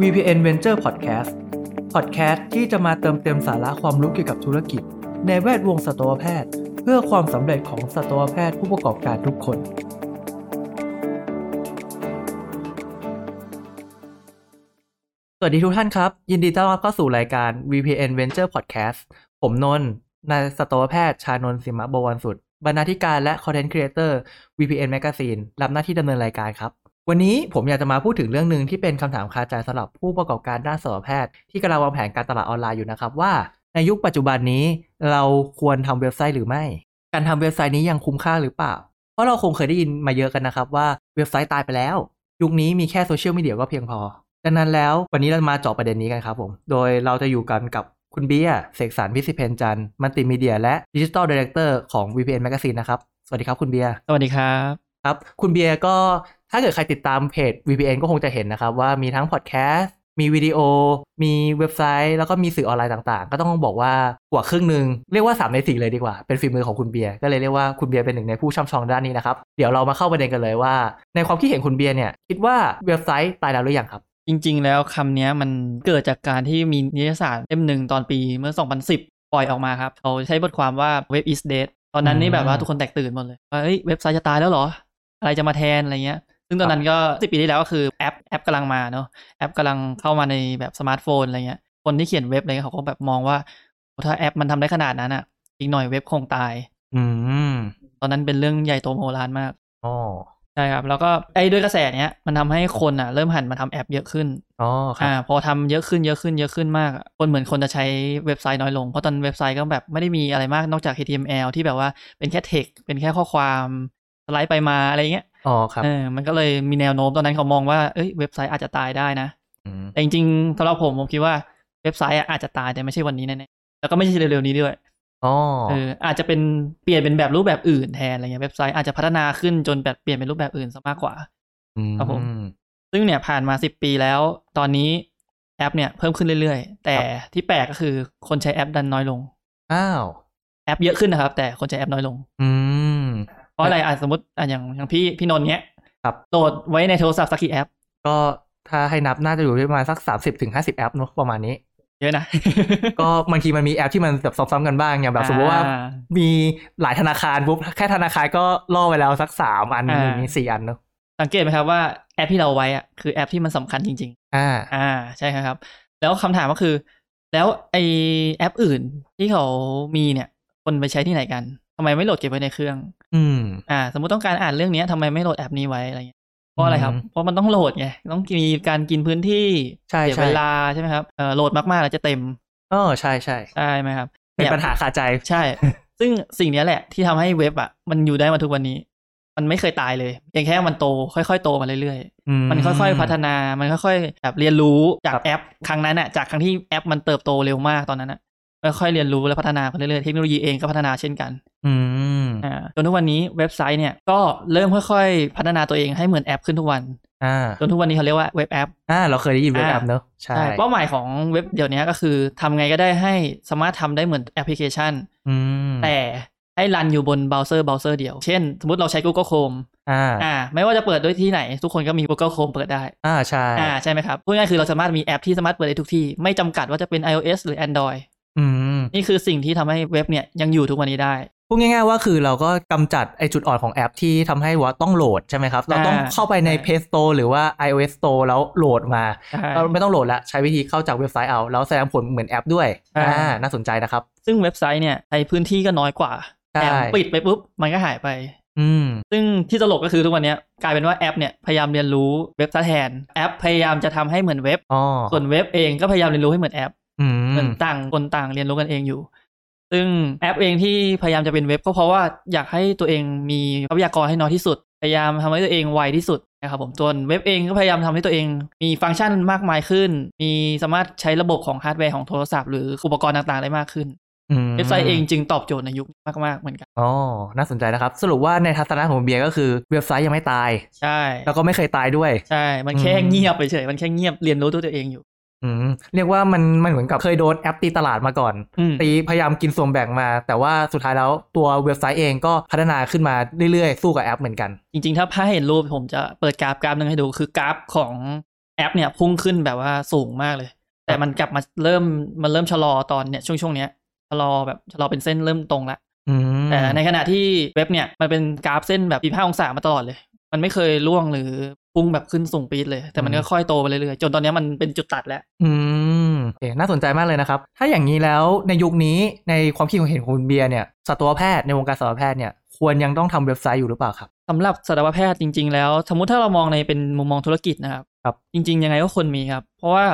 VPN Venture Podcast Podcast ที่จะมาเติมเต็มสาระความรู้เกี่ยวกับธุรกิจ ในแวดวงสัตวแพทย์ เพื่อความสำเร็จของสัตวแพทย์ผู้ประกอบการทุกคน สวัสดีทุกท่านครับ ยินดีต้อนรับเข้าสู่รายการ VPN Venture Podcast ผมนนท์นายสัตวแพทย์ชานนท์สิมะบวรสุด บรรณาธิการและ Content Creator VPN Magazine รับหน้าที่ดำเนินรายการครับ วันนี้ผมอยากจะมาพูดถึงเรื่องหนึ่งที่เป็นคำถามคาใจสำหรับผู้ประกอบการด้านสัตวแพทย์ที่กำลังวางแผนการตลาดออนไลน์อยู่นะครับว่าในยุคปัจจุบันนี้เราควรทำเว็บไซต์หรือไม่ การทำเว็บไซต์นี้ยังคุ้มค่าหรือเปล่า เพราะเราคงเคยได้ยินมาเยอะกันนะครับว่าเว็บไซต์ตายไปแล้ว ยุคนี้มีแค่โซเชียลมีเดียก็เพียงพอ ดังนั้นแล้ววันนี้เรามาเจาะประเด็นนี้กันครับผม โดยเราจะอยู่กันกับคุณเบียร์เสกสรรพิสิเพนจันทร์มัลติมีเดีย และดิจิทัลดีเรคเตอร์ของ VPN Magazine นะครับ สวัสดีครับคุณเบียร์ สวัสดีครับ ครับ คุณเบียร์ก็ถ้าเกิดใครติดตามเพจ VPN ก็คงจะเห็นนะครับ ว่ามีทั้งพอดแคสต์มีวิดีโอ มีเว็บไซต์ แล้วก็มีสื่อออนไลน์ต่างๆ ก็ต้องบอกว่ากว่าครึ่งหนึ่งเรียกว่า 3 ในสี่เลยดีกว่า เป็นฝีมือของคุณเบียร์ก็เลยเรียกว่าคุณเบียร์เป็นหนึ่งในผู้ช่ำชองด้านนี้นะครับ เดี๋ยวเรามาเข้าประเด็นกันเลยว่า ในความคิดเห็นคุณเบียร์เนี่ยคิดว่าเว็บไซต์ตายแล้วหรือยังครับ จริง ๆ แล้วคำเนี้ยมันเกิดจากการที่มีนิตยสารเล่มหนึ่งตอนปีเมื่อ 2010 ปล่อยออกมาครับ เขาใช้บทความว่า Web is dead ตอนนั้นนี่ อืม แบบว่าทุกคนแตกตื่นหมดเลยว่าเอ้ยเว็บไซต์จะตายแล้วเหรอ อะไรจะมาแทนอะไรเงี้ย ซึ่งตอนนั้นก็สิปีที่แล้วก็คือแอปแอปกำลังมาเนาะแอปกำลังเข้ามาในแบบสมาร์ทโฟนอะไรเงี้ยคนที่เขียนเว็บอะไรเงี้ยเขาก็แบบมองว่าโอ้ถ้าแอปมันทำได้ขนาดนั้นอ่ะ อีกหน่อยเว็บคงตาย อืม ตอนนั้นเป็นเรื่องใหญ่โตมโหฬารมาก อ๋อ ใช่ครับแล้วก็ไอ้ด้วยกระแสเนี้ยมันทำให้คนอ่ะเริ่มหันมาทำแอปเยอะขึ้น อ๋อครั อ่า บ พอทำเยอะขึ้นเยอะขึ้นเยอะขึ้นมากอะคนเหมือนคนจะใช้เว็บไซต์น้อยลง เพราะตอนเว็บไซต์ก็แบบไม่ได้มีอะไรมากนอกจาก HTML ที่แบบว่าเป็นแค่เทคเป็นแค่ข้อความสไลด์ไปมาอะไรเงี้ย อ๋อครับ เออมันก็เลยมีแนวโน้มตอนนั้นเขามองว่าเอ้ยเว็บไซต์อาจจะตายได้นะ ม แต่จริงๆสำหรับผมผมคิดว่าเว็บไซต์อะอาจจะตายแต่ไม่ใช่วันนี้แน่ๆแล้วก็ไม่ใช่เร็วๆนี้ด้วย อ๋อ เอออาจจะเป็นเปลี่ยนเป็นแบบรูปแบบอื่นแทนอะไรเงี้ยเว็บไซต์อาจจะพัฒนาขึ้นจนแบบเปลี่ยนเป็นรูปแบบอื่นซะมากกว่า ครับผม ซึ่งเนี่ยผ่านมา 10 ปีแล้ว ตอนนี้แอปเนี่ยเพิ่มขึ้นเรื่อยๆ แต่ที่แปลกก็คือคนใช้แอปดันน้อยลง อ้าว แอปเยอะขึ้นนะครับ แต่คนใช้แอปน้อยลง อืม เพราะอะไรอ่ะสมมติอ่ะอย่างอย่างพี่พี่นนท์เนี้ย ครับ โหลดไว้ในโทรศัพท์สักกี่แอป ก็ถ้าให้นับน่าจะอยู่ที่ประมาณสักสามสิบถึงห้าสิบแอปเนอะประมาณนี้ เยอะนะ ก็บางทีมันมีแอปที่มันแบบซ้ำๆกันบ้างอย่างแบบสมมติว่า อ่ มีหลายธนาคารปุ๊บแค่ธนาคารก็ล่อไปแล้วสักสามอัน อ่า อย่างนี้สี่อันเนอะ สังเกตไหมครับว่าแอปที่เราไว้อ่ะคือแอปที่มันสำคัญจริง อ่า ๆ อ่าใช่ครับ แล้วคำถามก็คือ แล้วไอแอปอื่นที่เขามีเนี่ยคนไปใช้ที่ไหนกันทำไมไม่โหลดเก็บไว้ในเครื่อง อืม อ่าสมมติต้องการอ่านเรื่องเนี้ยทำไมไม่โหลดแอปนี้ไว้อะไรเงี้ยเพราะอะไรครับ อืม เพราะมันต้องโหลดไงต้องมีการกินพื้นที่ ใช่ เสีย ใช่ เวลาใช่ไหมครับเออโหลดมากๆแล้วจะเต็ม เออใช่ใช่ ใช่ไหมครับ เป็น ย ปัญหาคาใจ ใช่ ซึ่งสิ่งเนี้ยแหละที่ทำให้เว็บอ่ะมันอยู่ได้มาทุกวันนี้ มันไม่เคยตายเลยเพียงแค่มันโตค่อยๆโตมาเรื่อยๆ มันค่อยๆพัฒนามันค่อยๆแบบเรียนรู้จากแอป ครั้งนั้นอ่ะจากครั้งที่แอปมันเติบโตเร็วมากตอนนั้นอ่ะค่อยๆเรียนรู้และพัฒนาไปเรื่อยๆเทคโนโลยีเองก็พัฒนาเช่นกัน อืม อ่าจนทุกวันนี้เว็บไซต์เนี่ยก็เริ่มค่อยๆ พัฒนาตัวเองให้เหมือนแอปขึ้นทุกวัน อ่า จนทุกวันนี้เขาเรียกว่าเว็บแอป อ่า เราเคยได้ยินเว็บ อ่า แอปเนอะใช่ ใช่เป้าหมายของเว็บเดี๋ยวนี้ก็คือทำไงก็ได้ให้สามารถทำได้เหมือนแอปพลิเคชัน อืม แต่ให้รันอยู่บนเบราว์เซอร์เบราว์เซอร์เดียว เช่น สมมติเราใช้ Google Chrome อ่า อ่าไม่ว่าจะเปิดด้วยที่ไหน ทุกคนก็มี Google Chrome เปิดได้ อ่าใช่ อ่าใช่ไหมครับพูดง่ายๆคือเราสามารถมีแอปที่สามารถเปิดได้ทุกที่ ไม่จำกัดว่าจะเป็น iOS หรือ Android อืม นี่คือสิ่งที่ทำให้เว็บเนี่ยยังอยู่ทุกวันนี้ได้ พูดง่ายๆว่าคือเราก็กำจัดไอจุดอ่อนของแอปที่ทำให้ว่าต้องโหลดใช่ไหมครับ เราต้อง อ่า เข้าไปใน ใช่ Play Store หรือว่า iOS Store แล้วโหลดมา ใช่ เราไม่ต้องโหลดละใช้วิธีเข้าจากเว็บไซต์เอา แล้วแสดงผลเหมือนแอปด้วย อ่า อ่าน่าสนใจนะครับ ซึ่งเว็บไซต์เนี่ยใช้พื้นที่ก็น้อยกว่า ใช่ แอปปิดไปปุ๊บ มันก็หายไป อืม ซึ่งที่ตลกก็คือทุกวันเนี้ยกลายเป็นว่าแอปเนี่ยพยายามเรียนรู้เว็บซะแทนแอปพยายามจะทำให้เหมือนเว็บ อ๋อ ส่วนเว็บเองก็พยายามเรียนรู้ให้เหมือนแอป อื เหมือน ม ต่างคนต่างเรียนรู้กันเองอยู่ ซึ่งแอปเองที่พยายามจะเป็นเว็บก็เพราะว่าอยากให้ตัวเองมีทรัพยากรให้น้อยที่สุด พยายามทำให้ตัวเองไวที่สุดนะครับผมส่วนเว็บเองก็พยายามทำให้ตัวเอง มีฟังก์ชันมากมายขึ้น มีสามารถใช้ระบบของฮาร์ดแวร์ของโทรศัพท์หรืออุปกรณ์ต่างๆได้มากขึ้น ม เว็บไซต์เองจึงตอบโจทย์ในยุคนี้มากๆเหมือนกัน อ๋อน่าสนใจนะครับ สรุปว่าในทัศนะของเบียร์ก็คือเว็บไซต์ยังไม่ตาย ใช่ แล้วก็ไม่เคยตายด้วย ใช่มันแค่ อืม เงียบไปเฉยมันแค่เงียบเรียนรู้ด้วยตัวเองอยู่ อืมเรียกว่ามันมันเหมือนกับเคยโดนแอปตีตลาดมาก่อน อืม ตีพยายามกินส่วนแบ่งมา แต่ว่าสุดท้ายแล้วตัวเว็บไซต์เองก็พัฒนาขึ้นมาเรื่อยๆ สู้กับแอปเหมือนกัน จริงๆ ถ้าพาเห็นรูปผมจะเปิดกราฟกราฟหนึ่งให้ดูคือกราฟของ แอปเนี่ยพุ่งขึ้นแบบว่าสูงมากเลย แต่มันกลับมาเริ่มมันเริ่มชะลอตอนเนี่ยช่วงช่วงเนี้ยชะลอแบบชะลอเป็นเส้นเริ่มตรงละ อืม แต่ในขณะที่เว็บเนี่ยมันเป็นกราฟเส้นแบบ45องศามาตลอดเลย มันไม่เคยร่วงหรือพุ่งแบบขึ้นสูงปีดเลย แต่มันก็ค่อยโตไปเรื่อยๆจนตอนเนี้ยมันเป็นจุดตัดแล้ว อืมโอเคน่าสนใจมากเลยนะครับ ถ้าอย่างนี้แล้วในยุคนี้ในความคิดของเห็นของคุณเบียร์เนี่ยสัตวแพทย์ในวงการสัตวแพทย์เนี่ยควรยังต้องทำเว็บไซต์อยู่หรือเปล่าครับ สำหรับสัตวแพทย์จริง ๆ แล้ว สมมติถ้าเรามองในเป็นมุมมองธุรกิจนะครับ ครับ จริง ๆ ยังไงก็ควรมีครับ เพราะว่า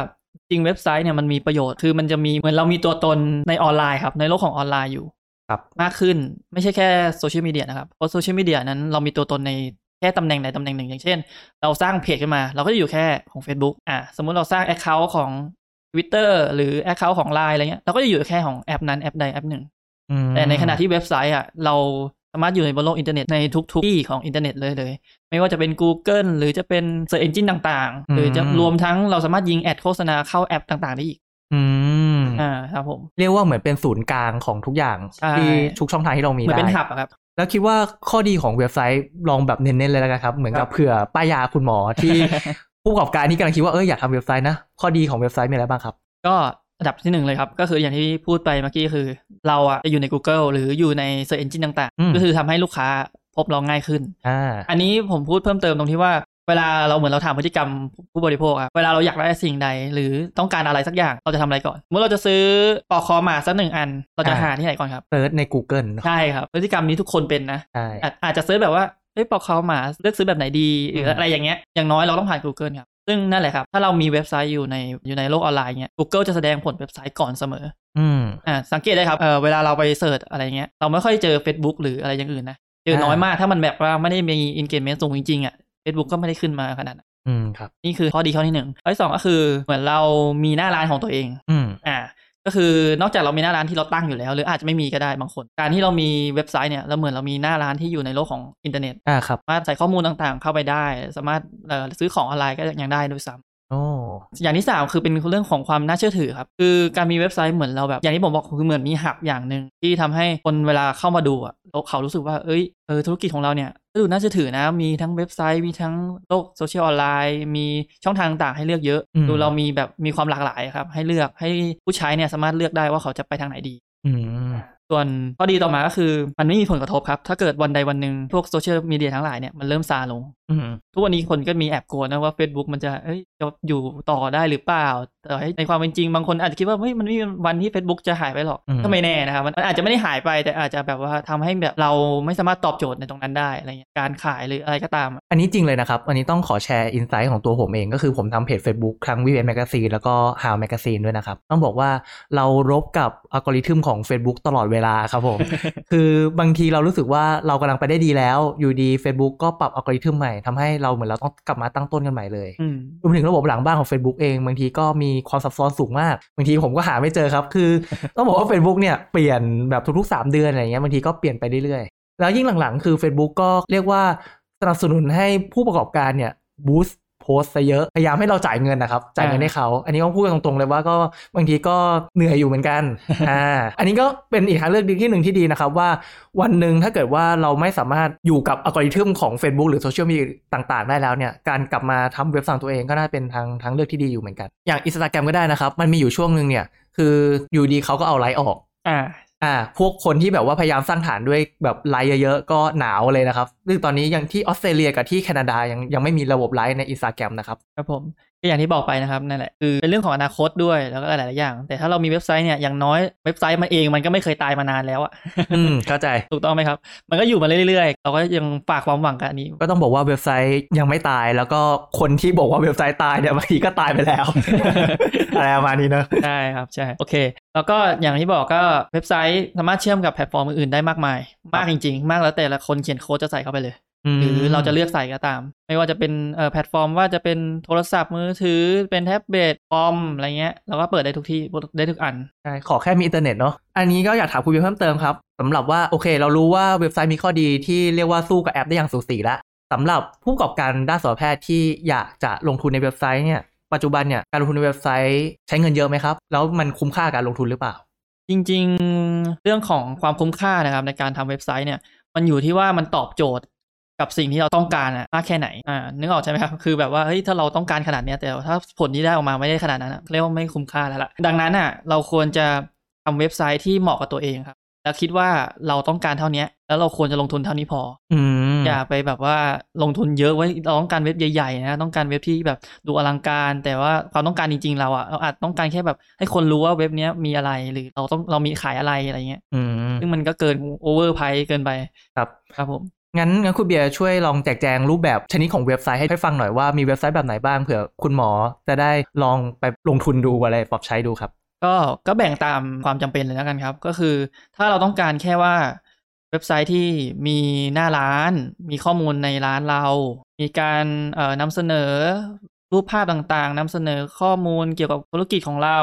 จริงเว็บไซต์เนี่ยมันมีประโยชน์คือมันจะมีเหมือนเรามีตัวตนในออนไลน์ครับ ในโลกของออนไลน์อยู่ ครับ มากขึ้นไม่ใช่แค่โซเชียลมีเดียนะครับ เพราะโซเชียลมีเดียนั้นเรามีตัวตนในแค่ตำแหน่งใดตำแหน่งหนึ่ง อย่างเช่น เราสร้างเพจขึ้นมา เราก็จะอยู่แค่ของ Facebook อ่ะสมมุติเราสร้าง Account ของ Twitter หรือ Account ของ Line อะไรเงี้ยเราก็จะอยู่แค่ของแอปนั้นแอปใดแอปหนึ่ง อืม แต่ในขณะที่เว็บไซต์อ่ะเราสามารถอยู่ในบนโลกอินเทอร์เน็ตในทุกๆที่ของอินเทอร์เน็ตเลยเลย ไม่ว่าจะเป็น Google หรือจะเป็น Search Engine ต่างๆ หรือจะรวมทั้งเราสามารถยิงแอดโฆษณาเข้าแอปต่างๆ ได้อีก อืม อ่าครับผม เรียกว่าเหมือนเป็นศูนย์กลางของทุกอย่าง ใช่ ที่ทุกช่องทางที่เรามี เหมือน ได้ เป็นหับอะครับ แล้วคิดว่าข้อดีของเว็บไซต์ลองแบบเน้นๆเลยแล้วกันครับ เหมือนกับเผื่อป้ายยาคุณหมอที่ ผู้ประกอบการที่กำลังคิดว่าเอออยากทำเว็บไซต์นะข้อดีของเว็บไซต์มีอะไรบ้างครับ ก็อันดับที่หนึ่งเลยครับ ก็คืออย่างที่พูดไปเมื่อกี้คือ เราอ่ะจะอยู่ใน Google หรืออยู่ใน Search Engine ต่าง อืม ๆ ก็คือทำให้ลูกค้าพบเราง่ายขึ้น อ่า อันนี้ผมพูดเพิ่มเติมตรงที่ว่าเวลาเราเหมือนเราถามพฤติกรรมผู้บริโภคอะเวลาเราอยากได้สิ่งใด หรือต้องการอะไรสักอย่างเราจะทำอะไรก่อน เมื่อเราจะซื้อปอกคอมาสักหนึ่งอัน เราจะหาที่ไหนก่อนครับ เซิร์ชใน Google เนอะ ใช่ครับ พฤติกรรมนี้ทุกคนเป็นนะ ใช่ อาจอาจจะซื้อแบบว่าเอ้ยปอกคอมาเลือกซื้อแบบไหนดีหรือ ม อะไรอย่างเงี้ยอย่างน้อยเราต้องผ่าน Google ครับซึ่งนั่นแหละครับถ้าเรามีเว็บไซต์อยู่ในอยู่ในโลกออนไลน์เนี้ย Google จะแสดงผลเว็บไซต์ก่อนเสมอ อืม อ่าสังเกตได้ครับเออเวลาเราไปเสิร์ชอะไรเงี้ยเราไม่ค่อยเจอ Facebook หรืออะไรอย่างอื่นนะ เจอน้อยมากถ้ามันแบบว่าไม่ได้มี engagement สูงจริงๆอ่ะ Facebook ก็ไม่ได้ขึ้นมาขนาดนั้น อืมครับ นี่คือข้อดีข้อที่หนึ่งข้อที่สองก็คือเหมือนเรามีหน้าร้านของตัวเอง อืม อ่า ก็คือนอกจากเรามีหน้าร้านที่เราตั้งอยู่แล้ว หรืออาจจะไม่มีก็ได้บางคน การที่เรามีเว็บไซต์เนี่ยเราเหมือนเรามีหน้าร้านที่อยู่ในโลกของอินเทอร์เน็ต อ่าครับ สามารถใส่ข้อมูลต่างๆ เข้าไปได้ สามารถเอ่อซื้อของออนไลน์ก็ยังได้ด้วยซ้ำ โอ้ อย่างที่สามคือเป็นเรื่องของความน่าเชื่อถือครับ คือการมีเว็บไซต์เหมือนเราแบบ อย่างที่ผมบอกคือเหมือนมีหับอย่างหนึ่งที่ทำให้คนเวลาเข้ามาดูอ่ะเขารู้สึกว่าเอ้ยเออธุรกิจของเราเนี่ยก็ดูน่าเชื่อถือนะ มีทั้งเว็บไซต์ มีทั้งโลกโซเชียลออนไลน์ มีช่องทางต่างๆให้เลือกเยอะ อืม ดูเรามีแบบมีความหลากหลายครับ ให้เลือกให้ผู้ใช้เนี่ยสามารถเลือกได้ว่าเขาจะไปทางไหนดี อืม ส่วนข้อดีต่อมาก็คือมันไม่มีผลกระทบครับ ถ้าเกิดวันใดวันหนึ่งพวกโซเชียลมีเดียทั้งหลายเนี่ยมันเริ่มซาลง อืม ทุกวันนี้คนก็มีแอบกลัวนะว่า Facebook มันจะเอ้ยจะอยู่ต่อได้หรือเปล่าแต่ให้ในความเป็นจริงบางคนอาจจะคิดว่าเฮ้ยมันไม่มีวันที่ Facebook จะหายไปหรอก อืม ก็ไม่แน่นะครับมันมันอาจจะไม่ได้หายไปแต่อาจจะแบบว่าทำให้แบบเราไม่สามารถตอบโจทย์ในตรงนั้นได้อะไรเงี้ยการขายหรืออะไรก็ตามอะ อันนี้จริงเลยนะครับ อันนี้ต้องขอแชร์อินไซต์ของตัวผมเองก็คือผมทำเพจ Facebook ครั้งวิเวนแมกซีนแล้วก็ How แมกซีนด้วยนะครับ ต้องบอกว่าเรารบกับอัลกอริทึมของ Facebook ตลอดเวลาครับผม คือบางทีเรารู้สึกว่าเรากำลังไปได้ดีแล้ว อยู่ดี Facebook ก็ปรับอัลกอริทึมใหม่ทำให้เราเหมือนเราต้องกลับมาตั้งต้นกันใหม่เลย อืม รวมถึงระบบหลังบ้านของ Facebook เอง บางทีก็มีความซับซ้อนสูงมาก บางทีผมก็หาไม่เจอครับ คือ ต้องบอกว่า Facebook เนี่ยเปลี่ยนแบบทุกๆ 3 เดือนอะไรเงี้ยบางทีก็เปลี่ยนไปเรื่อยๆ แล้วยิ่งหลังๆ คือ Facebook ก็เรียกว่าสนับสนุนให้ผู้ประกอบการเนี่ยบูสต์โพสต์ซะเยอะ พยายามให้เราจ่ายเงินนะครับ จ่ายเงินให้เขา อันนี้ก็พูดกันตรงๆเลยว่าก็บางทีก็เหนื่อยอยู่เหมือนกัน อ่าอันนี้ก็เป็นอีกทางเลือกดีที่หนึ่งที่ดีนะครับว่า วันหนึ่งถ้าเกิดว่าเราไม่สามารถอยู่กับอัลกอริทึมของ Facebook หรือโซเชียลมีเดียต่างๆ ได้แล้วเนี่ย การกลับมาทำเว็บสั่งตัวเองก็น่าเป็นทางทางเลือกที่ดีอยู่เหมือนกัน อย่างอินสตาแกรมก็ได้นะครับ มันมีอยู่ช่วงหนึ่งเนี่ย คืออยู่ดีเขาก็เอาไลค์ออก อ่า อ่า พวกคนที่แบบว่าพยายามสร้างฐานด้วยแบบไลค์เยอะๆ ก็หนาวเลยนะครับ ซึ่งตอนนี้ยังที่ออสเตรเลียกับที่แคนาดายังยังไม่มีระบบไลค์ในอินสตาแกรม นะครับ ครับผมก็อย่างที่บอกไปนะครับนั่นแหละคือเป็นเรื่องของอนาคตด้วยแล้วก็หลายๆอย่าง แต่ถ้าเรามีเว็บไซต์เนี่ยอย่างน้อยเว็บไซต์มันเองมันก็ไม่เคยตายมานานแล้วอะ อืมเข้าใจ ถูกต้องไหมครับ มันก็อยู่มาเรื่อยๆ เราก็ยังฝากความหวังกับอันนี้ ก็ต้องบอกว่าเว็บไซต์ยังไม่ตาย แล้วก็คนที่บอกว่าเว็บไซต์ตาย เนี่ยบางทีก็ตายไปแล้ว อะไรประมาณนี้เนอะ ใช่ครับใช่โอเค แล้วก็อย่างที่บอกก็เว็บไซต์สามารถเชื่อมกับแพลตฟอร์มอื่นๆได้มากมาย มากจริงๆ มากแล้วแต่ละคนเขียนโค้ดจะใส่เข้าไปเลย หรือเราจะเลือกใส่ก็ตาม ไม่ว่าจะเป็นเอ่อแพลตฟอร์มว่าจะเป็นโทรศัพท์มือถือเป็นแท็บเล็ตคอมอะไรเงี้ยเราก็เปิดได้ทุกที่ได้ทุกอัน ใช่ขอแค่มีอินเทอร์เน็ตเนาะ อันนี้ก็อยากถามคุณเบียร์เพิ่มเติมครับสำหรับว่าโอเค เรารู้ว่าเว็บไซต์มีข้อดีที่เรียกว่าสู้กับแอปได้อย่างสูสีแล้วสำหรับผู้ประกอบการด้านสัตวแพทย์ที่อยากจะลงทุนในเว็บไซต์เนี่ยปัจจุบันเนี่ยการลงทุนในเว็บไซต์ใช้เงินเยอะไหมครับ แล้วมันคุ้มค่ากับการลงทุนหรือเปล่า จริงๆ เรื่องของความคุ้มค่านะครับในการทำเว็บไซต์เนี่ย มันอยู่ที่ว่ามันตอบโจทย์ กับสิ่งที่เราต้องการอะมากแค่ไหนอ่านึกออกใช่ไหมครับคือแบบว่าเฮ้ยถ้าเราต้องการขนาดเนี้ยแต่ถ้าผลที่ได้ออกมาไม่ได้ขนาดนั้นอะเรียกว่าไม่คุ้มค่าแล้วล่ะดังนั้นอ่ะเราควรจะทำเว็บไซต์ที่เหมาะกับตัวเองครับ แล้วคิดว่าเราต้องการเท่าเนี้ยแล้วเราควรจะลงทุนเท่านี้พอ อืม อย่าไปแบบว่าลงทุนเยอะไว้เราต้องการเว็บใหญ่ๆนะต้องการเว็บที่แบบดูอลังการ แต่ว่าความต้องการจริงๆเราอะเราอาจต้องการแค่แบบให้คนรู้ว่าเว็บเนี้ยมีอะไรหรือเราต้องเรามีขายอะไรอะไรเงี้ย อืม ซึ่งมันก็เกินโอเวอร์ไพเกินไป ครับ ครับผม งั้นงั้นคุณเบียร์ช่วยลองแจกแจงรูปแบบชนิดของเว็บไซต์ให้ให้ฟังหน่อยว่ามีเว็บไซต์แบบไหนบ้างเผื่อคุณหมอจะได้ลองไปลงทุนดูอะไรปรับใช้ดูครับ ก็ก็แบ่งตามความจำเป็นเลยแล้วกันครับ ก็คือถ้าเราต้องการแค่ว่าเว็บไซต์ที่มีหน้าร้าน มีข้อมูลในร้านเรา มีการเอ่อนำเสนอรูปภาพต่างๆนำเสนอข้อมูลเกี่ยวกับธุรกิจของเรา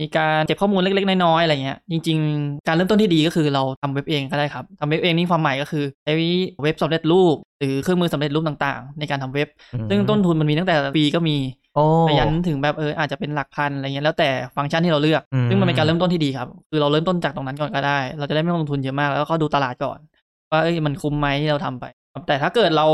มีการเก็บข้อมูลเล็กๆน้อยๆอะไรเงี้ยจริง ๆ การเริ่มต้นที่ดีก็คือเราทำเว็บเองก็ได้ครับทำเว็บเองนี่ความหมายก็คือใช้เว็บสำเร็จรูป หรือเครื่องมือสำเร็จรูปต่างๆ ในการทำเว็บ ซึ่งต้นทุนมันมีตั้งแต่ปีก็มี โอ้ ไปยันถึงแบบเอออาจจะเป็นหลักพันอะไรเงี้ยแล้วแต่ฟังก์ชันที่เราเลือก อืม ซึ่งมันเป็นการเริ่มต้นที่ดีครับ คือเราเริ่มต้นจากตรงนั้นก่อนก็ได้ เราจะได้ไม่ต้องลงทุนเยอะมากแล้วก็ดูตลาดก่อน ว่าเอ้ยมันคุ้มไหมที่เราทำไปครับแต่ถ้าเกิดเรา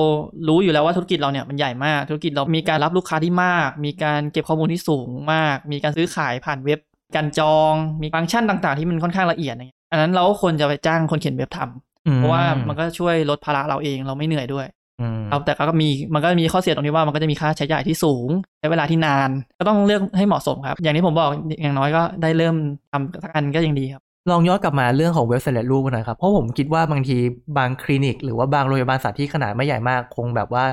รู้อยู่แล้วว่าธุรกิจเราเนี่ยมันใหญ่มาก ธุรกิจเรามีการรับลูกค้าที่มาก มีการเก็บข้อมูลที่สูงมาก มีการซื้อขายผ่านเว็บ การจอง มีฟังก์ชันต่างๆที่มันค่อนข้างละเอียดอย่างเงี้ยอันนั้นเราก็ควรจะไปจ้างคนเขียนเว็บทำเพราะว่ามันก็ช่วยลดภาระเราเองเราไม่เหนื่อยด้วย อืม ครับแต่ก็มีมันก็มีข้อเสียตรงที่ว่ามันก็จะมีค่าใช้จ่ายที่สูงใช้เวลาที่นาน ก็ต้องเลือกให้เหมาะสมครับ อย่างที่ผมบอกอย่างน้อยก็ได้เริ่มทำสักอันก็ยังดีครับ ลองย้อนกลับมาเรื่องของเว็บไซต์และรูปหน่อยครับ เพราะผมคิดว่าบางทีบางคลินิก หรือว่าบางโรงพยาบาลสัตว์ที่ขนาดไม่ใหญ่มากคงแบบว่า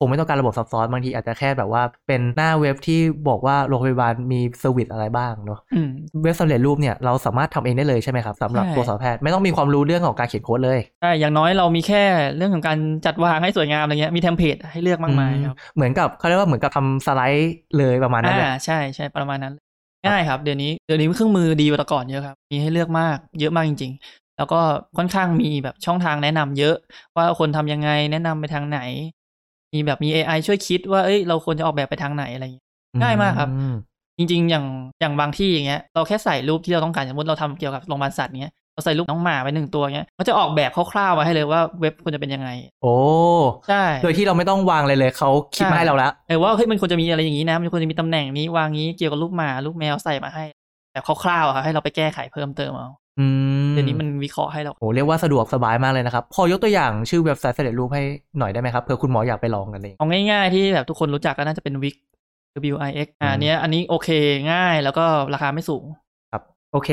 คงไม่ต้องการระบบซับซ้อนบางทีอาจจะแค่แบบว่าเป็นหน้าเว็บที่บอกว่าโรงพยาบาลมีเซอร์วิสอะไรบ้างเนาะ อืม เว็บสำเร็จรูปเนี่ยเราสามารถทำเองได้เลยใช่ไหมครับสำหรับ ใช่ ตัวสัตวแพทย์ไม่ต้องมีความรู้เรื่องของการเขียนโค้ดเลย ใช่อย่างน้อยเรามีแค่เรื่องของการจัดวางให้สวยงามอะไรเงี้ยมีเทมเพลตให้เลือกมากมายครับ เหมือนกับเขาเรียกว่าเหมือนกับทำสไลด์เลยประมาณนั้นแหละ อ่าใช่ใช่ประมาณนั้นง่ายครับเดี๋ยวนี้เดี๋ยวนี้เครื่องมือดีกว่าแต่ก่อนเยอะครับมีให้เลือกมากเยอะมากจริง ๆ แล้วก็ค่อนข้างมีแบบช่องทางแนะนำเยอะ ว่าคนทำยังไงแนะนำไปทางไหน มีแบบมี AI ช่วยคิดว่าเอ้ยเราควรจะออกแบบไปทางไหนอะไรเงี้ย ง่ายมากครับ อืม จริงๆ อย่างอย่างบางที่อย่างเงี้ยเราแค่ใส่รูปที่เราต้องการสมมติเราทำเกี่ยวกับโรงพยาบาลสัตว์เงี้ยเราใส่รูปน้องหมาไปหนึ่งตัวเงี้ยมันจะออกแบบคร่าวๆมาให้เลยว่าเว็บควรจะเป็นยังไง โอ้ ใช่ โดยที่เราไม่ต้องวางเลยเลยเขาคิดมาให้เราแล้ว เออว่าเฮ้ยมันควรจะมีอะไรอย่างนี้นะมันควรจะมีตำแหน่งนี้วางนี้เกี่ยวกับลูกหมาลูกแมวใส่มาให้ แบบคร่าวๆอะครับให้เราไปแก้ไขเพิ่มเติมเอา อืม เดี๋ยวนี้มันวิเคราะห์ให้เรา โหเรียกว่าสะดวกสบายมากเลยนะครับ พอยกตัวอย่างชื่อเว็บไซต์เสด็จรูปให้หน่อยได้ไหมครับเผื่อคุณหมออยากไปลองกันเอง เอาง่ายๆที่แบบทุกคนรู้จักก็น่าจะเป็นวิก W I X อ่า อืม เนี้ยอันนี้โอเคง่ายแล้วก็ราคาไม่สูง โอเค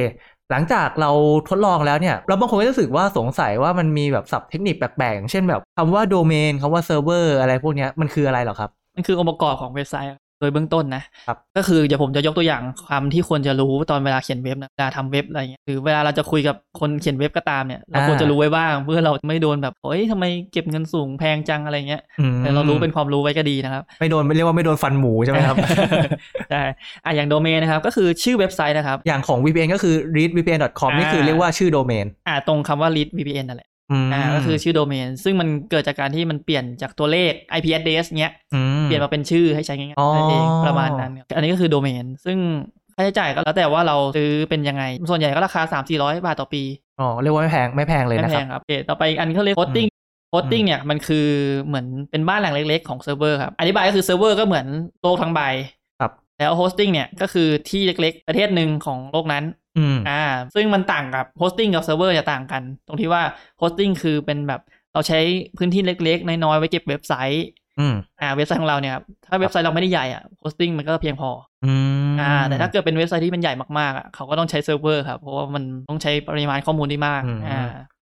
หลังจากเราทดลองแล้วเนี่ยเราบางคนก็รู้สึกว่าสงสัยว่ามันมีแบบศัพท์เทคนิคแปลกๆอย่างเช่นแบบคำว่าโดเมนคำว่าเซิร์ฟเวอร์อะไรพวกเนี้ยมันคืออะไรเหรอครับ มันคือองค์ประกอบของเว็บไซต์ โดยเบื้องต้นนะครับ ก็คือเดี๋ยวผมจะยกตัวอย่างความที่ควรจะรู้ตอนเวลาเขียนเว็บนะเวลาทำเว็บอะไรเงี้ยหรือเวลาเราจะคุยกับคนเขียนเว็บก็ตามเนี่ยเราควรจะรู้ไว้บ้างเพื่อเราไม่โดนแบบเฮ้ยทำไมเก็บเงินสูงแพงจังอะไรเงี้ย อืม แต่เรารู้เป็นความรู้ไว้ก็ดีนะครับ ไม่โดนเรียกว่าไม่โดนฟันหมูใช่ไหมครับ ใช่อ่ะอย่างโดเมนนะครับก็คือชื่อเว็บไซต์นะครับ อย่างของ VPN ก็คือ readvpn.com นี่คือเรียกว่าชื่อโดเมน อ่าตรงคำว่า lead VPN นั่นแหละ อืม อ่าก็คือชื่อโดเมนซึ่งมันเกิดจากการที่มันเปลี่ยนจากตัวเลข IP address เนี้ย ม เปลี่ยนมาเป็นชื่อให้ใช้ง่าย อ๋อ ๆนั่นเองประมาณนั้นครับอันนี้ก็คือโดเมน ซึ่งค่าใช้จ่ายก็แล้วแต่ว่าเราซื้อเป็นยังไง ส่วนใหญ่ก็ราคา 3 4 0 0 บาทต่อปี อ๋อเรียกว่าไม่แพงไม่แพงเลย ไม่ นะคแพรับ งครับโอเคต่อไปอีกอันเขาเรียกโฮสติ้งโฮสติ้งเนี่ยมันคือเหมือนเป็นบ้านหลังเล็กๆของเซิร์ฟเวอร์ครับ อธิบายก็คือเซิร์ฟเวอร์ก็เหมือนโลกทั้งใบ ครับ แล้วโฮสติ้งเนี่ยก็คือที่เล็กๆ ประเทศหนึ่งของโลกนั้น อืม อ่า ซึ่งมันต่างกับโฮสติ้งกับเซิร์ฟเวอร์จะต่างกัน ตรงที่ว่าโฮสติ้งคือเป็นแบบเราใช้พื้นที่เล็กๆ น้อยๆไว้เก็บเว็บไซต์ อืม อ่าเว็บไซต์ของเราเนี่ยครับถ้าเว็บไซต์เราไม่ได้ใหญ่อ่ะโพสติ้งมันก็เพียงพอ อืม อ่าแต่ถ้าเกิดเป็นเว็บไซต์ที่มันใหญ่มากๆอ่ะเขาก็ต้องใช้เซิร์ฟเวอร์ครับเพราะว่ามันต้องใช้ปริมาณข้อมูลที่มาก อืม อ่า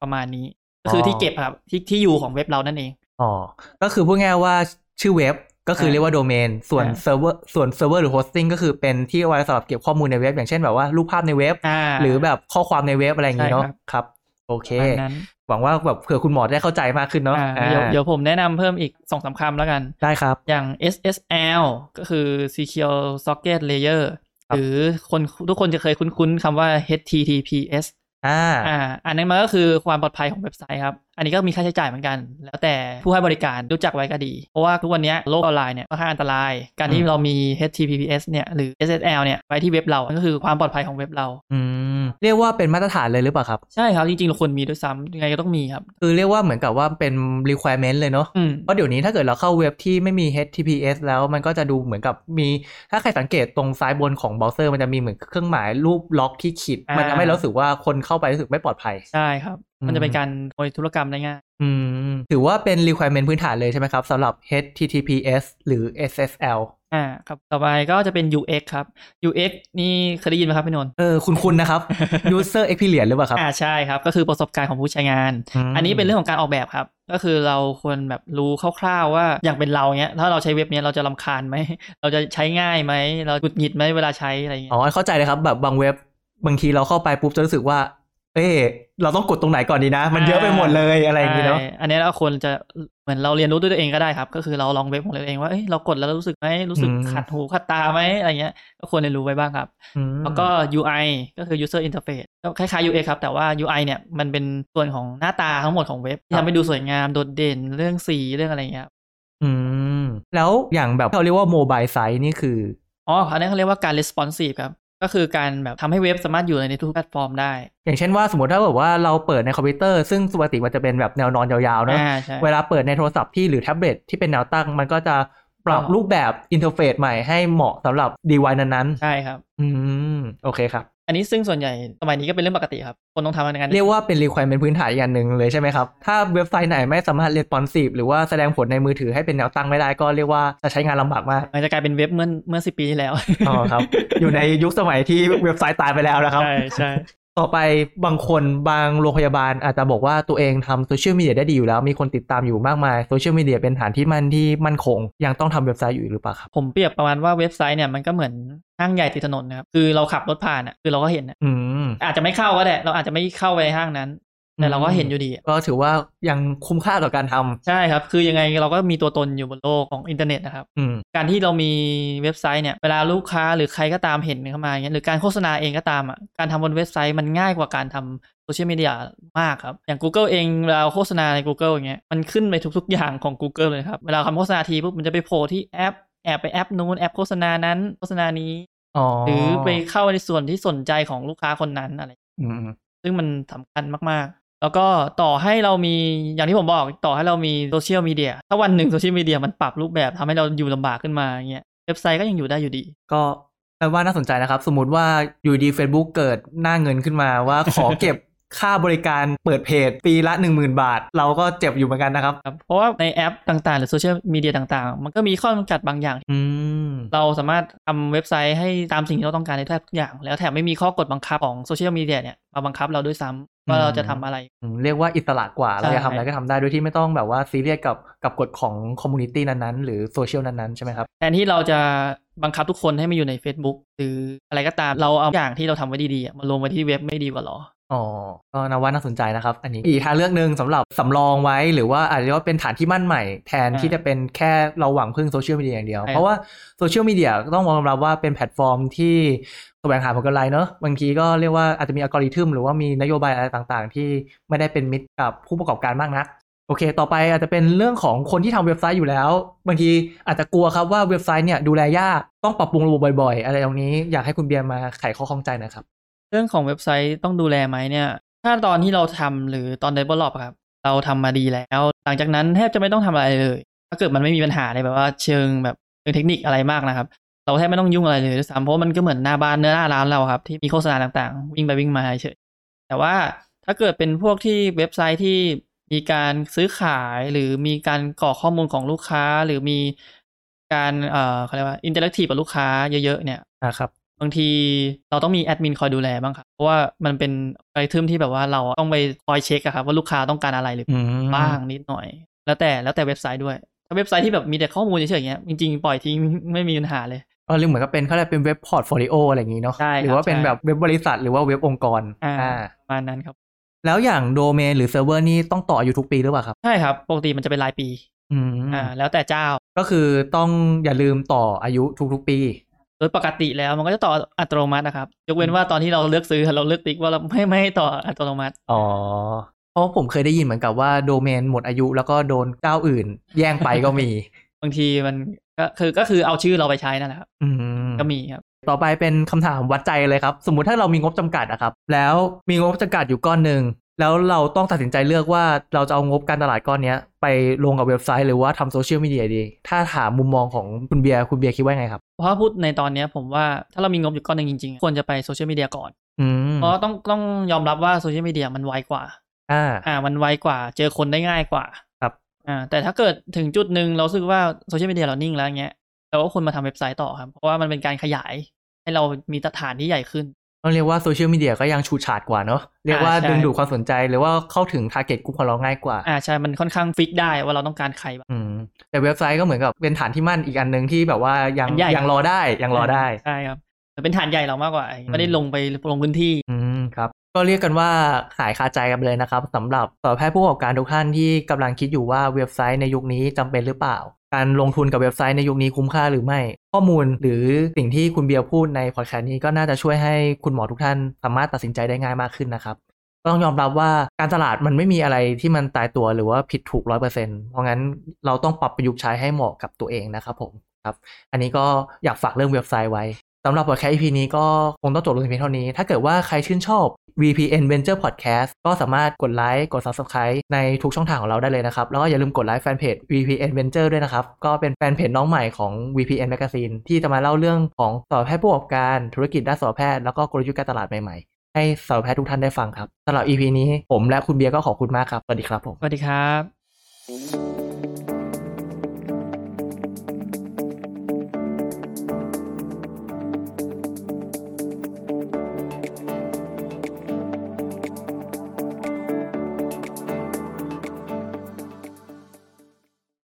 ประมาณนี้ อ๋ ก็ อ คือที่เก็บครับที่ที่อยู่ของเว็บเรานั่นเอง อ๋อ ก็คือพูดง่ายๆว่าชื่อเว็บก็คือ ใช่ เรียกว่าโดเมน ส่วน ใช่ เซิร์ฟเวอร์ส่วนเซิร์ฟเวอร์หรือโฮสติ้งก็คือเป็นที่เอาไว้สำหรับเก็บข้อมูลในเว็บ อย่างเช่นแบบว่ารูปภาพในเว็บ อ่า หรือแบบข้อความในเว็บอะไรอย่างนี้เนาะ ใช่ครับ ครับ โอเค ประมาณนั้น หวังว่าแบบเผื่อคุณหมอได้เข้าใจมากขึ้นเนาะ อ่า อ่า เดี๋ยวเดี๋ยวผมแนะนำเพิ่มอีกสองสามคำแล้วกัน ได้ครับ อย่าง SSL ก็คือ Secure Socket Layer ครับ หรือคนทุกคนจะเคยคุ้นๆคำว่า HTTPS อ่า อ่าอันนั้นมันก็คือความปลอดภัยของเว็บไซต์ครับ อันนี้ก็มีค่าใช้จ่ายเหมือนกัน แล้วแต่ผู้ให้บริการรู้จักไว้ก็ดี เพราะว่าทุกวันเนี้ยโลกออนไลน์เนี่ยค่อนข้างอันตราย การที่ อืม เรามี HTTPS เนี่ยหรือ SSL เนี่ยไว้ที่เว็บเราก็คือความปลอดภัยของเว็บเรา อืม มเรียกว่าเป็นมาตรฐานเลยหรือเปล่าครับ ใช่ครับ จริงๆเราควรมีด้วยซ้ำยังไงก็ต้องมีครับ คือเรียกว่าเหมือนกับว่าเป็น requirement เลยเนาะ อืม เพราะเดี๋ยวนี้ถ้าเกิดเราเข้าเว็บที่ไม่มี HTTPS แล้วมันก็จะดูเหมือนกับมี ถ้าใครสังเกตตรงซ้ายบนของเบราว์เซอร์มันจะมีเหมือนเครื่องหมายรูปล็อกที่ขีด อ่ามั มันทำให้เรารู้สึกว่าคนเข้าไปรู้สึกไม่ปลอดภัย ใช่ครับ มันจะเป็นการโอยธุรกรรมได้ง่าย อืม ถือว่าเป็น requirement พื้นฐานเลยใช่ไหมครับสำหรับ HTTPS หรือ SSL อ่าครับต่อไปก็จะเป็น UX ครับ UX นี่เคยได้ยินไหมครับพี่นนท์ เออ คุณคุณ นะครับ user experience หรือเปล่าครับ อ่าใช่ครับ ก็คือประสบการณ์ของผู้ใช้งาน ม อันนี้เป็นเรื่องของการออกแบบครับ ก็คือเราควรแบบรู้คร่าวๆว่าอย่างเป็นเราเนี้ย ถ้าเราใช้เว็บเนี้ยเราจะลำคาญไหม เราจะใช้ง่ายไหม เราหงุดหงิดไหมเวลาใช้อะไรอย่างเงี้ย อ๋อเข้าใจเลยครับ แบบบางเว็บบางทีเราเข้าไปปุ๊บจะรู้สึกว่า เอ๊ะเราต้องกดตรงไหนก่อนดีนะ มันเยอะไปหมดเลยอะไรอย่างงี้เนาะ ใช่อันนี้เราควรจะเหมือนเราเรียนรู้ด้วยตัวเองก็ได้ครับ ก็คือเราลองเว็บของเราเองว่าเอ้ยเรากดแล้วรู้สึกไหมรู้สึก อืม ขัดหูขัดตาไหมอะไรเงี้ย ก็ควรเรียนรู้ไว้บ้างครับ อืม แล้วก็ UI ก็คือ user interface ก็คล้ายๆ UX ครับ แต่ว่า UI เนี่ยมันเป็นส่วนของหน้าตาทั้งหมดของเว็บที่ ครับ ทำให้ดูสวยงามโดดเด่นเรื่องสีเรื่องอะไรเงี้ยครับ อืม แล้วอย่างแบบที่เราเรียกว่าโมบายไซต์นี่คือ อ๋ออันนี้เขาเรียกว่าการ responsive ครับ ก็คือการแบบทำให้เว็บสามารถอยู่ในทุกแพลตฟอร์มได้ อย่างเช่นว่าสมมติถ้าแบบว่าเราเปิดในคอมพิวเตอร์ซึ่งปกติมันจะเป็นแบบแนวนอนยาวๆนะ อ่าใช่ เวลาเปิดในโทรศัพท์ที่หรือแท็บเล็ตที่เป็นแนวตั้ง มันก็จะปรับ อ๋อ รูปแบบอินเทอร์เฟซใหม่ให้เหมาะสำหรับดีไวนั้น ใช่ครับ ๆอืม โอเคครับ อันนี้ซึ่งส่วนใหญ่สมัยนี้ก็เป็นเรื่องปกติครับคนต้องทำงาน เรียกว่าเป็น requirement พื้นฐานอย่างหนึ่งเลยใช่ไหมครับ ถ้าเว็บไซต์ไหนไม่สามารถ responsive หรือว่าแสดงผลในมือถือให้เป็นแนวตั้งไม่ได้ก็เรียกว่าจะใช้งานลำบากมาก มันจะกลายเป็นเว็บเมื่อเมื่อสิปีที่แล้ว อ๋อครับ อยู่ในยุคสมัยที่เว็บไซต์ตายไปแล้วนะครับ ใช่ใช่ ต่อไปบางคนบางโรงพยาบาลอาจจะบอกว่าตัวเองทำโซเชียลมีเดียได้ดีอยู่แล้ว มีคนติดตามอยู่มากมายโซเชียลมีเดียเป็นฐานที่มั่นที่มั่นคง ยังต้องทำเว็บไซต์อยู่หรือเปล่าครับ ผมเปรียบประมาณว่าเว็บไซต์เนี่ยมันก็เหมือนห้างใหญ่ติดถนนนะครับ คือเราขับรถผ่านอ่ะคือเราก็เห็นอะ อืม อาจจะไม่เข้าก็ได้เราอาจจะไม่เข้าไปห้างนั้น แต่เราก็เห็นอยู่ดีอะ ก็ถือว่ายังคุ้มค่าต่อการทำ ใช่ครับ คือยังไงเราก็มีตัวตนอยู่บนโลกของอินเทอร์เน็ตนะครับ อืม การที่เรามีเว็บไซต์เนี่ยเวลาลูกค้าหรือใครก็ตามเห็นเข้ามาอย่างเงี้ยหรือการโฆษณาเองก็ตามอ่ะการทำบนเว็บไซต์มันง่ายกว่าการทำโซเชียลมีเดียมากครับ อย่าง Google เองเวลาโฆษณาใน Google อย่างเงี้ยมันขึ้นไปทุกๆ อย่างของ Google เลยครับ เวลาคำโฆษณาทีปุ๊บมันจะไปโผล่ที่แอปแอบไปแอปนู้นแอปโฆษณานั้นโฆษณานี้ อ๋อ หรือไปเข้าในส่วนที่สนใจของลูกค้าคนนั้นอะไร อืม ซึ่งมันสำคัญมาก ๆ แล้วก็ต่อให้เรามีอย่างที่ผมบอกต่อให้เรามีโซเชียลมีเดียถ้าวันหนึ่งโซเชียลมี เดียมันปรับรูปแบบทำให้เราอยู่ลำบากขึ้นมาอย่างเงี้ยเว็บไซต์ก็ยังอยู่ได้อยู่ดี ก็แปลว่าน่าสนใจนะครับ สมมติว่าอยู่ดี Facebook เกิดหน้าเงินขึ้นมาว่า ขอเก็บค่าบริการเปิดเพจปีละ 10,000 บาท เราก็เจ็บอยู่เหมือนกันนะครับ ครับเพราะว่าในแอปต่างๆ หรือโซเชียลมีเดียต่างๆ มันก็มีข้อจำกัดบางอย่าง อืม เราสามารถทำเว็บไซต์ให้ตามสิ่งที่เราต้องการได้แทบทุกอย่าง แล้วแถมไม่มีข้อกฎบังคับของโซเชียลมีเดียเนี่ยมาบังคับเราด้วยซ้ำว่าเราจะทำอะไร อืมเรียกว่าอิสระกว่า ใช่ เราจะทำอะไรก็ทำได้โดยที่ไม่ต้องแบบว่าซีเรียสกับกับกฎของคอมมูนิตี้นั้นๆ หรือโซเชียลนั้นๆ ใช่ไหมครับ แทนที่เราจะบังคับทุกคนให้มาอยู่ใน Facebook หรืออะไรก็ตามเราเอาอย่างที่เราทำไว้ดีๆอะมาลงไว้ที่เว็บไม่ดีกว่าหรอ อ๋อ ก็นับว่าน่าสนใจนะครับ อันนี้อีกทางเลือกหนึ่งสำหรับสำรองไว้หรือว่าอาจจะเรียกว่าเป็นฐานที่มั่นใหม่แทน อ่า ที่จะเป็นแค่เราหวังพึ่งโซเชียลมีเดียอย่างเดียว ใช่ เพราะว่าโซเชียลมีเดียต้องยอมรับว่าเป็นแพลตฟอร์มที่แสวงหาผลกำไรเนอะบางทีก็เรียกว่าอาจจะมีอัลกอริทึมหรือว่ามีนโยบายอะไรต่างๆ ที่ไม่ได้เป็นมิตรกับผู้ประกอบการมากนัก โอเค ต่อไปอาจจะเป็นเรื่องของคนที่ทำเว็บไซต์อยู่แล้ว บางทีอาจจะกลัวครับว่าเว็บไซต์เนี่ยดูแลยากต้องปรับปรุงระบบบ่อย ๆ อะไรตรงนี้อยากให้คุณเบียร์มาไขข้อข้องใจหนะครับ เรื่องของเว็บไซต์ต้องดูแลไหมเนี่ย ถ้าตอนที่เราทำหรือตอน develop อะครับ เราทำมาดีแล้ว หลังจากนั้นแทบจะไม่ต้องทำอะไรเลย ถ้าเกิดมันไม่มีปัญหาในแบบว่าเชิงแบบเชิงเทคนิคอะไรมากนะครับ เราแทบไม่ต้องยุ่งอะไรเลยด้วยซ้ำเพราะมันก็เหมือนหน้าบ้านเนื้อหน้าร้านเราครับ ที่มีโฆษณาต่างๆ วิ่งไปวิ่งมาเฉยแต่ว่าถ้าเกิดเป็นพวกที่เว็บไซต์ที่มีการซื้อขายหรือมีการกรอกข้อมูลของลูกค้า หรือมีการเอ่อเขาเรียกว่าอินเตอร์แอคทีฟกับลูกค้าเยอะๆเนี่ย นะครับ บางทีเราต้องมีแอดมินคอยดูแลบ้างครับ เพราะว่ามันเป็นไอทึมที่แบบว่าเราต้องไปคอยเช็คอะครับว่าลูกค้าต้องการอะไรหรือ อืม บ้างนิดหน่อย แล้วแต่แล้วแต่เว็บไซต์ด้วย ถ้าเว็บไซต์ที่แบบมีแต่ข้อมูลเฉยๆอย่างเงี้ยจริงๆ ปล่อยทิ้งไม่มีปัญหาเลย ก็เรียกเหมือนกับเป็นเขาเรียกเป็นเว็บพอร์ตโฟลิโออะไรอย่างนี้เนาะ ใช่ครับ หรือว่าเป็น ใช่ แบบเว็บบริษัทหรือว่าเว็บองค์กร อ่าประมาณนั้นครับ แล้วอย่างโดเมนหรือเซิร์ฟเวอร์นี่ต้องต่ออยู่ทุกปีหรือเปล่าครับ ใช่ครับปกติมันจะเป็นรายปี อืม อ่าแล้วแต่เจ้า ก็คือต้องอย่าลืมต่ออายุทุกๆปี โดยปกติแล้วมันก็จะต่ออัตโนมัตินะครับยกเว้นว่าตอนที่เราเลือกซื้อเราเลือกติ๊กว่า เราไม่ไม่ให้ต่ออัตโนมัติ อ๋อ เพราะผมเคยได้ยินเหมือนกับว่าโดเมนหมดอายุแล้วก็โดนเจ้าอื่น แย่งไปก็มี บางทีมันก็คือก็คือเอาชื่อเราไปใช้นั่นแหละครับ อืม ก็มีครับ ต่อไปเป็นคำถามวัดใจเลยครับ สมมุติถ้าเรามีงบจำกัดอะครับ แล้วมีงบจำกัดอยู่ก้อนหนึ่ง แล้วเราต้องตัดสินใจเลือกว่าเราจะเอางบการตลาดก้อนเนี้ย ไปลงกับเว็บไซต์หรือว่าทำโซเชียลมีเดียดี ถ้าถามมุมมองของคุณเบียร์คุณเบียร์คิดว่าไงครับ เพราะว่าพูดในตอนเนี้ยผมว่าถ้าเรามีงบอยู่ก้อนหนึ่งจริงๆ ควรจะไปโซเชียลมีเดียก่อน อืม เพราะต้องต้องยอมรับว่าโซเชียลมีเดียมันไวกว่า อ่า อ่า มันไวกว่า เจอคนได้ง่ายกว่า ครับ อ่า แต่ถ้าเกิดถึงจุดหนึ่งเรารู้สึกว่าโซเชียลมีเดียเรานิ่งแล้วเงี้ยเราก็ควรมาทำเว็บไซต์ต่อครับ เพราะว่ามันเป็นการขยายให้เรามีฐานที่ใหญ่ขึ้น ต้องเรียกว่าโซเชียลมีเดียก็ยังชูดฉาดกว่าเนาะเรียกว่า อ่าใช่ ดึงดูดความสนใจหรือว่าเข้าถึงทาร์เก็ตกลุ่มของเราง่ายกว่า อ่าใช่ มันค่อนข้างฟิกได้ว่าเราต้องการใครบ้าง อืมแต่เว็บไซต์ก็เหมือนกับเป็นฐานที่มั่นอีกอันหนึ่งที่แบบว่ายัง มันใหญ่ ยังรอได้ยังรอได้ ใช่ครับมันเป็นฐานใหญ่เรามากกว่าไม่ได้ลงไปลงพื้นที่ อืมครับ ก็เรียกกันว่าหายคาใจกันไปเลยนะครับสำหรับต่อแพทย์ผู้ประกอบการทุกท่านที่กำลังคิดอยู่ว่าเว็บไซต์ในยุคนี้จำเป็นหรือเปล่า การลงทุนกับเว็บไซต์ในยุคนี้คุ้มค่าหรือไม่ ข้อมูลหรือสิ่งที่คุณเบียร์พูดในพอดแคสต์นี้ก็น่าจะช่วยให้คุณหมอทุกท่านสามารถตัดสินใจได้ง่ายมากขึ้นนะครับ ต้องยอมรับว่าการตลาดมันไม่มีอะไรที่มันตายตัวหรือว่าผิดถูกร้อยเปอร์เซ็นต์เพราะงั้นเราต้องปรับประยุกต์ใช้ให้เหมาะกับตัวเองนะครับผมครับ อันนี้ก็อยากฝากเรื่องเว็บไซต์ไว้ สำหรับ podcast EP นี้ก็คงต้องจบลงเพียงเท่านี้ ถ้าเกิดว่าใครชื่นชอบ VPN Venture Podcast ก็สามารถกดไลค์ กด Subscribe ในทุกช่องทางของเราได้เลยนะครับ แล้วก็อย่าลืมกดไลค์แฟนเพจ VPN Venture ด้วยนะครับ ก็เป็นแฟนเพจน้องใหม่ของ VPN Magazine ที่จะมาเล่าเรื่องของสัตวแพทย์ผู้ประกอบการ ธุรกิจด้านสัตวแพทย์ แล้วก็กลยุทธ์การตลาดใหม่ๆ ให้สัตวแพทย์ทุกท่านได้ฟังครับสำหรับ EP นี้ผมและคุณเบียร์ก็ขอบคุณมากครับ สวัสดีครับผม สวัสดีครับ Thank you.